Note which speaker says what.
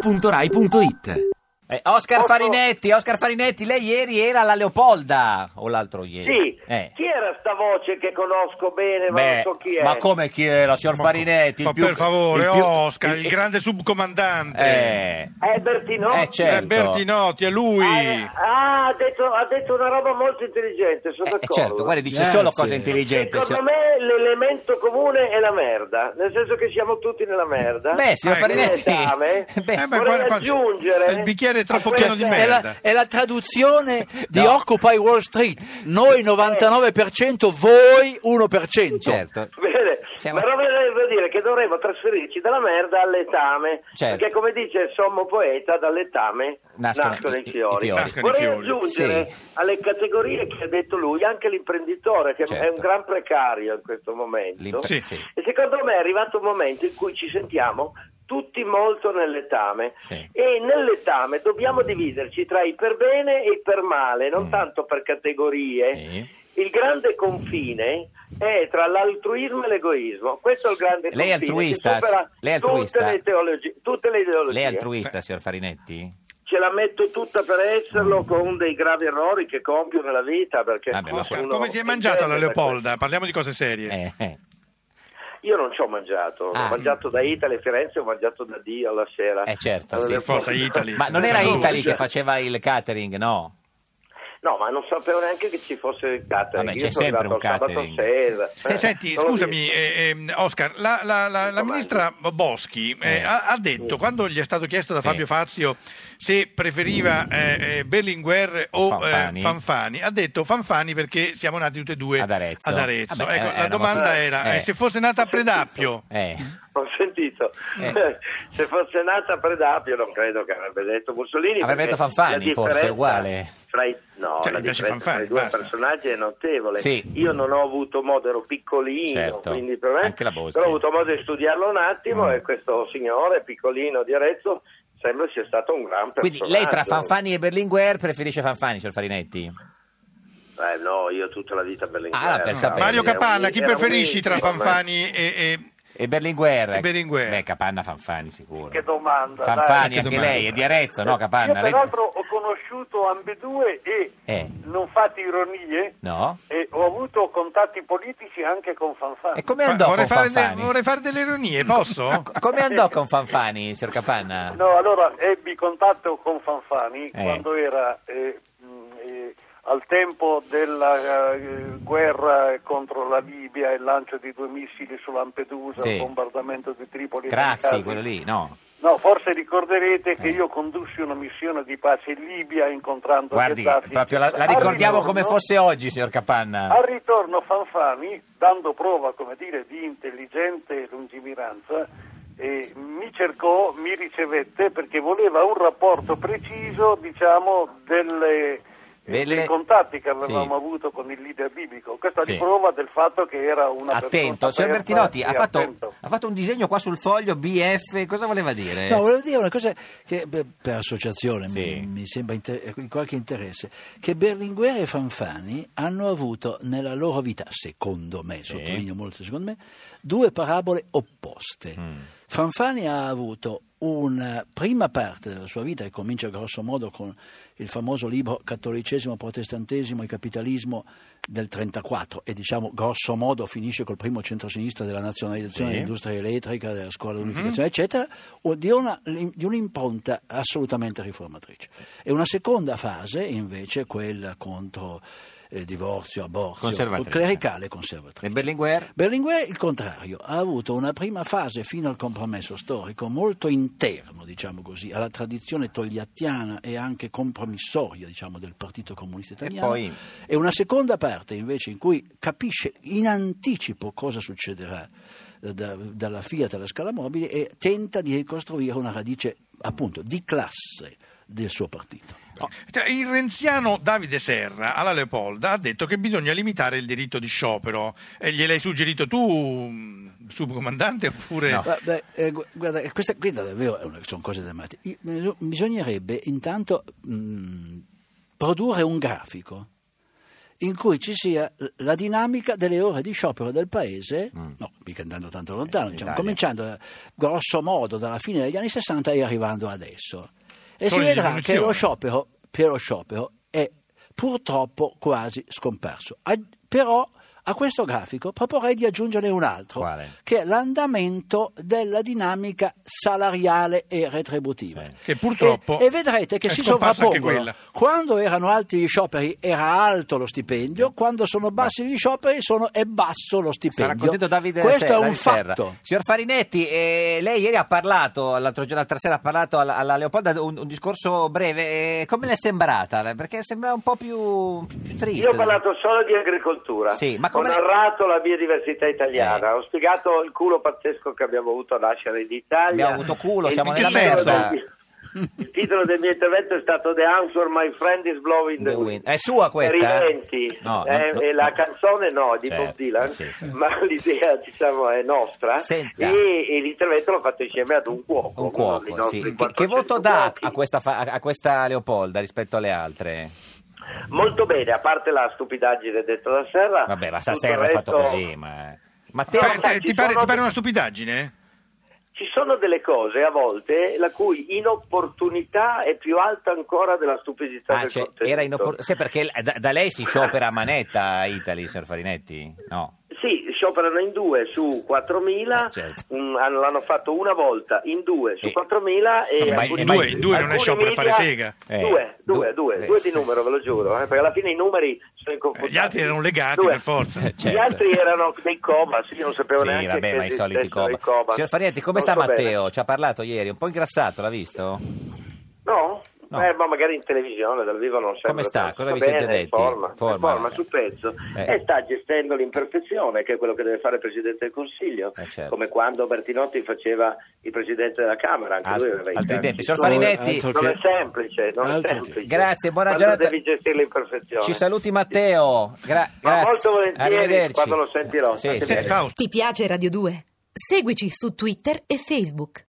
Speaker 1: radio2pod.rai.it
Speaker 2: Eh, Oscar
Speaker 3: Posso-
Speaker 2: Farinetti, Oscar Farinetti, lei ieri era alla Leopolda o l'altro ieri?
Speaker 3: Sì,
Speaker 2: Eh.
Speaker 3: chi era sta voce che conosco bene, ma non
Speaker 2: Beh,
Speaker 3: so chi è?
Speaker 2: ma come chi era, signor Farinetti?
Speaker 4: Ma
Speaker 2: il più-
Speaker 4: per favore,
Speaker 2: il più-
Speaker 4: Oscar, il, grande subcomandante.
Speaker 2: Eh,
Speaker 3: È Bertinotti?
Speaker 2: eh,
Speaker 4: Eh,
Speaker 2: certo.
Speaker 4: Bertinotti, è lui.
Speaker 3: Ah, eh, ah, ha, detto, ha detto una roba molto intelligente, sono
Speaker 2: Eh,
Speaker 3: d'accordo.
Speaker 2: certo, guarda, dice
Speaker 5: Grazie.
Speaker 2: solo cose intelligenti.
Speaker 3: Secondo me l'elemento comune è la merda, nel senso che siamo tutti nella merda.
Speaker 2: Beh, signor
Speaker 4: Ecco.
Speaker 2: Farinetti,
Speaker 3: Esame.
Speaker 2: beh,
Speaker 4: Eh,
Speaker 3: Vorrei
Speaker 4: guarda, guarda,
Speaker 3: aggiungere
Speaker 4: il bicchiere è troppo
Speaker 3: a
Speaker 4: pieno di
Speaker 3: questa-
Speaker 5: È
Speaker 4: merda.
Speaker 5: la, è la traduzione di
Speaker 2: No.
Speaker 5: Occupy Wall Street. Noi 99%, voi 1%.
Speaker 2: certo.
Speaker 3: Bene,
Speaker 2: Siamo-
Speaker 3: ma non volevo dire che dovremmo trasferirci dalla merda all'etame,
Speaker 2: Certo.
Speaker 3: perché come dice il sommo poeta, dall'etame
Speaker 2: Nascono
Speaker 3: nascono,
Speaker 2: i-
Speaker 3: i,
Speaker 2: i- i
Speaker 3: fiori.
Speaker 2: fiori.
Speaker 4: Nascono i
Speaker 3: Vorrei
Speaker 4: fiori.
Speaker 3: aggiungere
Speaker 2: Sì.
Speaker 3: alle categorie che ha detto lui anche l'imprenditore, che
Speaker 2: Certo.
Speaker 3: è un gran precario in questo momento.
Speaker 2: L'impre-
Speaker 4: Sì.
Speaker 3: E secondo me è arrivato un momento in cui ci sentiamo tutti molto nell'etame
Speaker 2: Sì.
Speaker 3: e nell'etame dobbiamo dividersi tra i per bene e i per male, non tanto per categorie.
Speaker 2: Mm. Sì.
Speaker 3: Il grande confine è tra l'altruismo e l'egoismo. Questo è il grande
Speaker 2: Lei è
Speaker 3: confine. che
Speaker 2: altruista?
Speaker 3: supera
Speaker 2: Lei è altruista?
Speaker 3: Tutte le, teologi- tutte le ideologie.
Speaker 2: Lei è altruista, signor Farinetti?
Speaker 3: Ce la metto tutta per esserlo con dei gravi errori che compio nella vita. Perché
Speaker 2: Vabbè, ma
Speaker 4: Oscar,
Speaker 3: uno
Speaker 4: come si è mangiata la
Speaker 3: intende per
Speaker 4: Leopolda? Parliamo di cose serie.
Speaker 2: Eh, eh.
Speaker 3: questo. Io non ci ho mangiato.
Speaker 2: Ah.
Speaker 3: Ho mangiato da Italy a Firenze, ho mangiato da Dio alla sera.
Speaker 2: Eh, certo,
Speaker 3: Alla
Speaker 2: sì.
Speaker 3: Leopolda.
Speaker 4: Forza Italy.
Speaker 2: Ma non era
Speaker 4: Sì.
Speaker 2: Italy che
Speaker 3: Cioè,
Speaker 2: faceva il catering, no?
Speaker 3: No, ma non sapevo neanche che ci fosse il catering.
Speaker 2: Vabbè,
Speaker 3: Io
Speaker 2: c'è
Speaker 3: sono
Speaker 2: sempre
Speaker 3: arrivato
Speaker 2: un
Speaker 3: sabato
Speaker 2: catering.
Speaker 3: sera.
Speaker 4: Se-
Speaker 3: Eh, non
Speaker 4: Senti,
Speaker 3: l'ho
Speaker 4: scusami,
Speaker 3: visto.
Speaker 4: eh, ehm, Oscar, la, la- la- la
Speaker 3: Domani.
Speaker 4: ministra Boschi eh,
Speaker 2: Eh.
Speaker 4: ha, ha detto, quando gli è stato chiesto da
Speaker 2: Sì. Mm.
Speaker 4: Fabio Fazio se preferiva eh, eh, Berlinguer o eh,
Speaker 2: Fanfani.
Speaker 4: Fanfani. ha detto Fanfani perché siamo nati tutti e due
Speaker 2: Ad Arezzo. Vabbè,
Speaker 4: Ecco,
Speaker 2: eh,
Speaker 4: la
Speaker 2: era
Speaker 4: domanda
Speaker 2: molto-
Speaker 4: era,
Speaker 2: eh.
Speaker 4: eh, se fosse nata a Predappio...
Speaker 2: Eh.
Speaker 3: Ho sentito.
Speaker 2: Eh.
Speaker 3: Se fosse nata a Predapio non credo che avrebbe detto Mussolini.
Speaker 2: Avrebbe
Speaker 3: perché
Speaker 2: detto Fanfani,
Speaker 3: la differenza
Speaker 2: forse, uguale.
Speaker 3: Fra i, no,
Speaker 4: Cioè,
Speaker 3: la
Speaker 4: gli piace
Speaker 3: differenza
Speaker 4: Fanfani,
Speaker 3: tra i due
Speaker 4: basta.
Speaker 3: personaggi è notevole.
Speaker 2: Sì.
Speaker 3: Io non ho avuto modo, ero piccolino,
Speaker 2: Certo.
Speaker 3: quindi per me,
Speaker 2: Anche la Boschi.
Speaker 3: però ho avuto modo di studiarlo un attimo
Speaker 2: Mm.
Speaker 3: e questo signore piccolino di Arezzo sembra sia stato un gran
Speaker 2: Quindi
Speaker 3: personaggio.
Speaker 2: lei tra
Speaker 4: Certo.
Speaker 2: Fanfani e Berlinguer preferisce Fanfani, signor Farinetti?
Speaker 3: Eh, no, io tutta la vita Berlinguer.
Speaker 2: Ah, per sapere.
Speaker 4: Mario
Speaker 3: Era un-
Speaker 4: Capanna, chi
Speaker 3: era un
Speaker 4: preferisci tra
Speaker 3: mito, ma-
Speaker 4: Fanfani e... e-
Speaker 2: E Berlinguer?
Speaker 4: E Berlinguer.
Speaker 2: Beh, Capanna Fanfani sicuro.
Speaker 6: Che domanda.
Speaker 2: Fanfani,
Speaker 4: Che
Speaker 2: anche
Speaker 4: domanda.
Speaker 2: lei, è di Arezzo, no
Speaker 6: dai. Io
Speaker 2: Capanna? Lei-
Speaker 6: peraltro ho conosciuto ambedue e
Speaker 2: Eh.
Speaker 6: non fate ironie
Speaker 2: No?
Speaker 6: e ho avuto contatti politici anche con Fanfani.
Speaker 2: E come
Speaker 4: Ma
Speaker 2: andò
Speaker 4: vorrei,
Speaker 2: con
Speaker 4: fare de-
Speaker 2: Fanfani? Ecco.
Speaker 4: vorrei fare delle ironie, posso?
Speaker 2: Ma co- Come andò con Fanfani, signor Capanna?
Speaker 6: No, allora ebbi contatto con Fanfani
Speaker 2: Eh.
Speaker 6: quando era eh, mh, eh, al tempo della eh, guerra contro la Libia, il lancio di due missili su Lampedusa,
Speaker 2: Sì.
Speaker 6: il bombardamento di Tripoli. e
Speaker 2: Craxi,
Speaker 6: Bengasi.
Speaker 2: quello lì, no?
Speaker 6: No, forse ricorderete che
Speaker 2: Eh.
Speaker 6: io condussi una missione di pace in Libia incontrando
Speaker 2: Guardi,
Speaker 6: Gheddafi.
Speaker 2: proprio la, la
Speaker 6: Al
Speaker 2: ricordiamo
Speaker 6: ritorno-
Speaker 2: come fosse oggi, signor Capanna.
Speaker 6: Al ritorno Fanfani, dando prova, come dire, di intelligente lungimiranza, eh, mi cercò, mi ricevette perché voleva un rapporto preciso, diciamo, delle- eh,
Speaker 2: Delle-
Speaker 6: dei contatti che avevamo
Speaker 2: Sì.
Speaker 6: avuto con il leader biblico. Questa
Speaker 2: Sì.
Speaker 6: è prova del fatto che era una persona
Speaker 2: Attento, signor
Speaker 6: aperta
Speaker 2: Bertinotti,
Speaker 6: e
Speaker 2: ha fatto,
Speaker 6: attento.
Speaker 2: ha fatto un disegno qua sul foglio BF, cosa voleva dire?
Speaker 5: No, volevo dire una cosa che beh, per associazione
Speaker 2: eh. Sì.
Speaker 5: mi, mi sembra inter- di qualche interesse, che Berlinguer e Fanfani hanno avuto nella loro vita, secondo me,
Speaker 2: Sì.
Speaker 5: sottolineo molto secondo me, due parabole opposte.
Speaker 2: Mm.
Speaker 5: Fanfani ha avuto una prima parte della sua vita, che comincia grosso modo con il famoso libro Cattolicesimo, Protestantesimo e Capitalismo del 34 e diciamo grosso modo finisce col primo centrosinistra della nazionalizzazione
Speaker 2: Sì. Mhm.
Speaker 5: dell'industria dell'industria elettrica, della scuola dell'unificazione, eccetera, o di, una- di un'impronta assolutamente riformatrice. E una seconda fase, invece, quella contro eh, divorzio, aborto,
Speaker 2: Conservatrice.
Speaker 5: clericale e
Speaker 2: E
Speaker 5: conservatrice.
Speaker 2: Berlinguer?
Speaker 5: Berlinguer, il contrario, ha avuto una prima fase fino al compromesso storico molto interno, diciamo così, alla tradizione togliattiana e anche compromissoria diciamo, del Partito Comunista Italiano.
Speaker 2: poi-
Speaker 5: E una seconda parte invece in cui capisce in anticipo cosa succederà eh, da- dalla Fiat alla scala mobile e tenta di ricostruire una radice appunto di classe del suo partito.
Speaker 4: Cioè, il renziano Davide Serra alla Leopolda ha detto che bisogna limitare il diritto di sciopero. E gliel'hai suggerito tu, mh, subcomandante, oppure...
Speaker 2: No.
Speaker 5: Ma, beh, eh, gu- guarda, questa, questa davvero è una- sono cose drammatiche. I- bis- Bisognerebbe intanto mh, produrre un grafico in cui ci sia l- la dinamica delle ore di sciopero del paese, no, mica andando tanto lontano,
Speaker 2: Mm. in
Speaker 5: diciamo,
Speaker 2: Italia.
Speaker 5: cominciando eh, grosso modo dalla fine degli anni 60 e arrivando adesso. E
Speaker 4: Con
Speaker 5: si vedrà
Speaker 4: l'involuzione.
Speaker 5: che lo sciopero, che lo sciopero è purtroppo quasi scomparso. A- però a questo grafico proporrei di aggiungere un altro,
Speaker 2: Quale?
Speaker 5: che è l'andamento della dinamica salariale e retributiva.
Speaker 2: Sì.
Speaker 4: Che purtroppo
Speaker 5: E, e vedrete che
Speaker 4: è
Speaker 5: si
Speaker 4: scomparsa anche quella.
Speaker 5: sovrappongono. Quando erano alti gli scioperi era alto lo stipendio, quando sono bassi gli scioperi sono, è basso lo stipendio.
Speaker 2: Sarà contento Davide
Speaker 5: Questo
Speaker 2: Serra,
Speaker 5: è un
Speaker 2: Davide Serra.
Speaker 5: fatto.
Speaker 2: Signor Farinetti, eh, lei ieri ha parlato, l'altro giorno, l'altra sera ha parlato alla, alla Leopolda un, un discorso breve. eh, come le è sembrata? Perché sembra un po' più, più triste.
Speaker 3: Io ho parlato solo di agricoltura,
Speaker 2: Sì, ma
Speaker 3: ho
Speaker 2: come-
Speaker 3: narrato la biodiversità italiana,
Speaker 2: Eh.
Speaker 3: ho spiegato il culo pazzesco che abbiamo avuto a nascere in Italia.
Speaker 2: Abbiamo avuto culo,
Speaker 3: E
Speaker 2: siamo
Speaker 3: il
Speaker 4: nella
Speaker 3: titolo
Speaker 2: merda.
Speaker 3: del- Il titolo del mio intervento è stato The Answer My Friend is Blowing the,
Speaker 2: The
Speaker 3: Wind.
Speaker 2: Wind. È sua questa, eh?
Speaker 3: Ridenti.
Speaker 2: No,
Speaker 3: Eh,
Speaker 2: no,
Speaker 3: e
Speaker 2: no.
Speaker 3: la canzone no, di
Speaker 2: Certo,
Speaker 3: Bob Dylan,
Speaker 2: sì, sì.
Speaker 3: ma l'idea diciamo è nostra
Speaker 2: Senta.
Speaker 3: e, e l'intervento l'ho fatto insieme ad un cuoco.
Speaker 2: Un
Speaker 3: uno dei
Speaker 2: cuoco,
Speaker 3: nostri
Speaker 2: sì. Che- Che,
Speaker 3: 400
Speaker 2: voto dà
Speaker 3: cuochi.
Speaker 2: a questa, fa- a- a questa Leopolda rispetto alle altre?
Speaker 3: Molto bene, a parte la stupidaggine detta da Serra.
Speaker 2: Vabbè, ma sta
Speaker 3: tutto
Speaker 2: Serra
Speaker 3: il
Speaker 2: è fatto
Speaker 3: resto-
Speaker 2: così, ma...
Speaker 4: Ti
Speaker 2: Matteo,
Speaker 3: Però,
Speaker 4: pare-
Speaker 3: sai,
Speaker 4: eh, ti
Speaker 3: ci
Speaker 4: pare,
Speaker 3: sono-
Speaker 4: ti pare una stupidaggine?
Speaker 3: Ci sono delle cose a volte la cui inopportunità è più alta ancora della stupidità
Speaker 2: ah,
Speaker 3: del
Speaker 2: cioè,
Speaker 3: contenuto.
Speaker 2: era inopportuno... Sì, perché l- da, da lei si sciopera a manetta a Italy, signor Farinetti? No.
Speaker 3: Sì, scioperano in due su 4.000,
Speaker 2: Eh, certo.
Speaker 3: un- hanno- l'hanno fatto una volta in due su
Speaker 2: Eh.
Speaker 3: 4.000 e
Speaker 2: Ma in
Speaker 3: alcuni-
Speaker 2: due- in
Speaker 4: due non è
Speaker 3: alcuni
Speaker 4: sciopero a fare
Speaker 3: media-
Speaker 4: sega.
Speaker 2: Eh,
Speaker 3: Due, due,
Speaker 2: du-
Speaker 3: due,
Speaker 2: eh,
Speaker 3: due
Speaker 2: sì.
Speaker 3: di numero, ve lo giuro, eh, perché alla fine i numeri sono
Speaker 4: Eh,
Speaker 3: inconfutabili.
Speaker 4: Gli altri erano legati
Speaker 3: Due.
Speaker 4: per forza.
Speaker 2: Eh,
Speaker 3: Gli
Speaker 2: certo.
Speaker 3: altri erano dei coma, sì, io non sapevo
Speaker 2: Sì,
Speaker 3: neanche
Speaker 2: vabbè,
Speaker 3: che
Speaker 2: ma i soliti
Speaker 3: esistessero
Speaker 2: coma.
Speaker 3: i coma.
Speaker 2: Signor Farinetti, come
Speaker 3: Non
Speaker 2: sta
Speaker 3: so bene.
Speaker 2: Matteo? Ci ha parlato ieri, un po' ingrassato, l'ha visto?
Speaker 3: No?
Speaker 2: No.
Speaker 3: Eh, ma magari in televisione, dal vivo non sempre.
Speaker 2: Come sta?
Speaker 3: tanto.
Speaker 2: Cosa vi
Speaker 3: bene,
Speaker 2: siete
Speaker 3: in
Speaker 2: detti?
Speaker 3: Forma, in
Speaker 2: Forma.
Speaker 3: forma, sul pezzo.
Speaker 2: Eh.
Speaker 3: E sta gestendo l'imperfezione, che è quello che deve fare il Presidente del Consiglio.
Speaker 2: Eh, certo.
Speaker 3: Come quando Bertinotti faceva il Presidente della Camera, anche
Speaker 2: Alt-
Speaker 3: lui aveva i
Speaker 2: altri
Speaker 3: tempi.
Speaker 2: tempi. Signor
Speaker 3: Non-
Speaker 2: Farinetti-
Speaker 5: Altro
Speaker 3: Non è
Speaker 5: che-
Speaker 3: semplice, non è
Speaker 5: altro che-
Speaker 3: semplice.
Speaker 2: Grazie, buona
Speaker 3: Quando
Speaker 2: giornata.
Speaker 3: devi gestire l'imperfezione.
Speaker 2: Ci saluti Matteo. Gra-
Speaker 3: Ma
Speaker 2: grazie.
Speaker 3: molto volentieri,
Speaker 2: Arrivederci.
Speaker 3: quando lo sentirò.
Speaker 2: Sì,
Speaker 3: Fatemi
Speaker 2: sì.
Speaker 4: Senti, Fausto,
Speaker 1: Ti piace Radio 2? Seguici su Twitter e Facebook.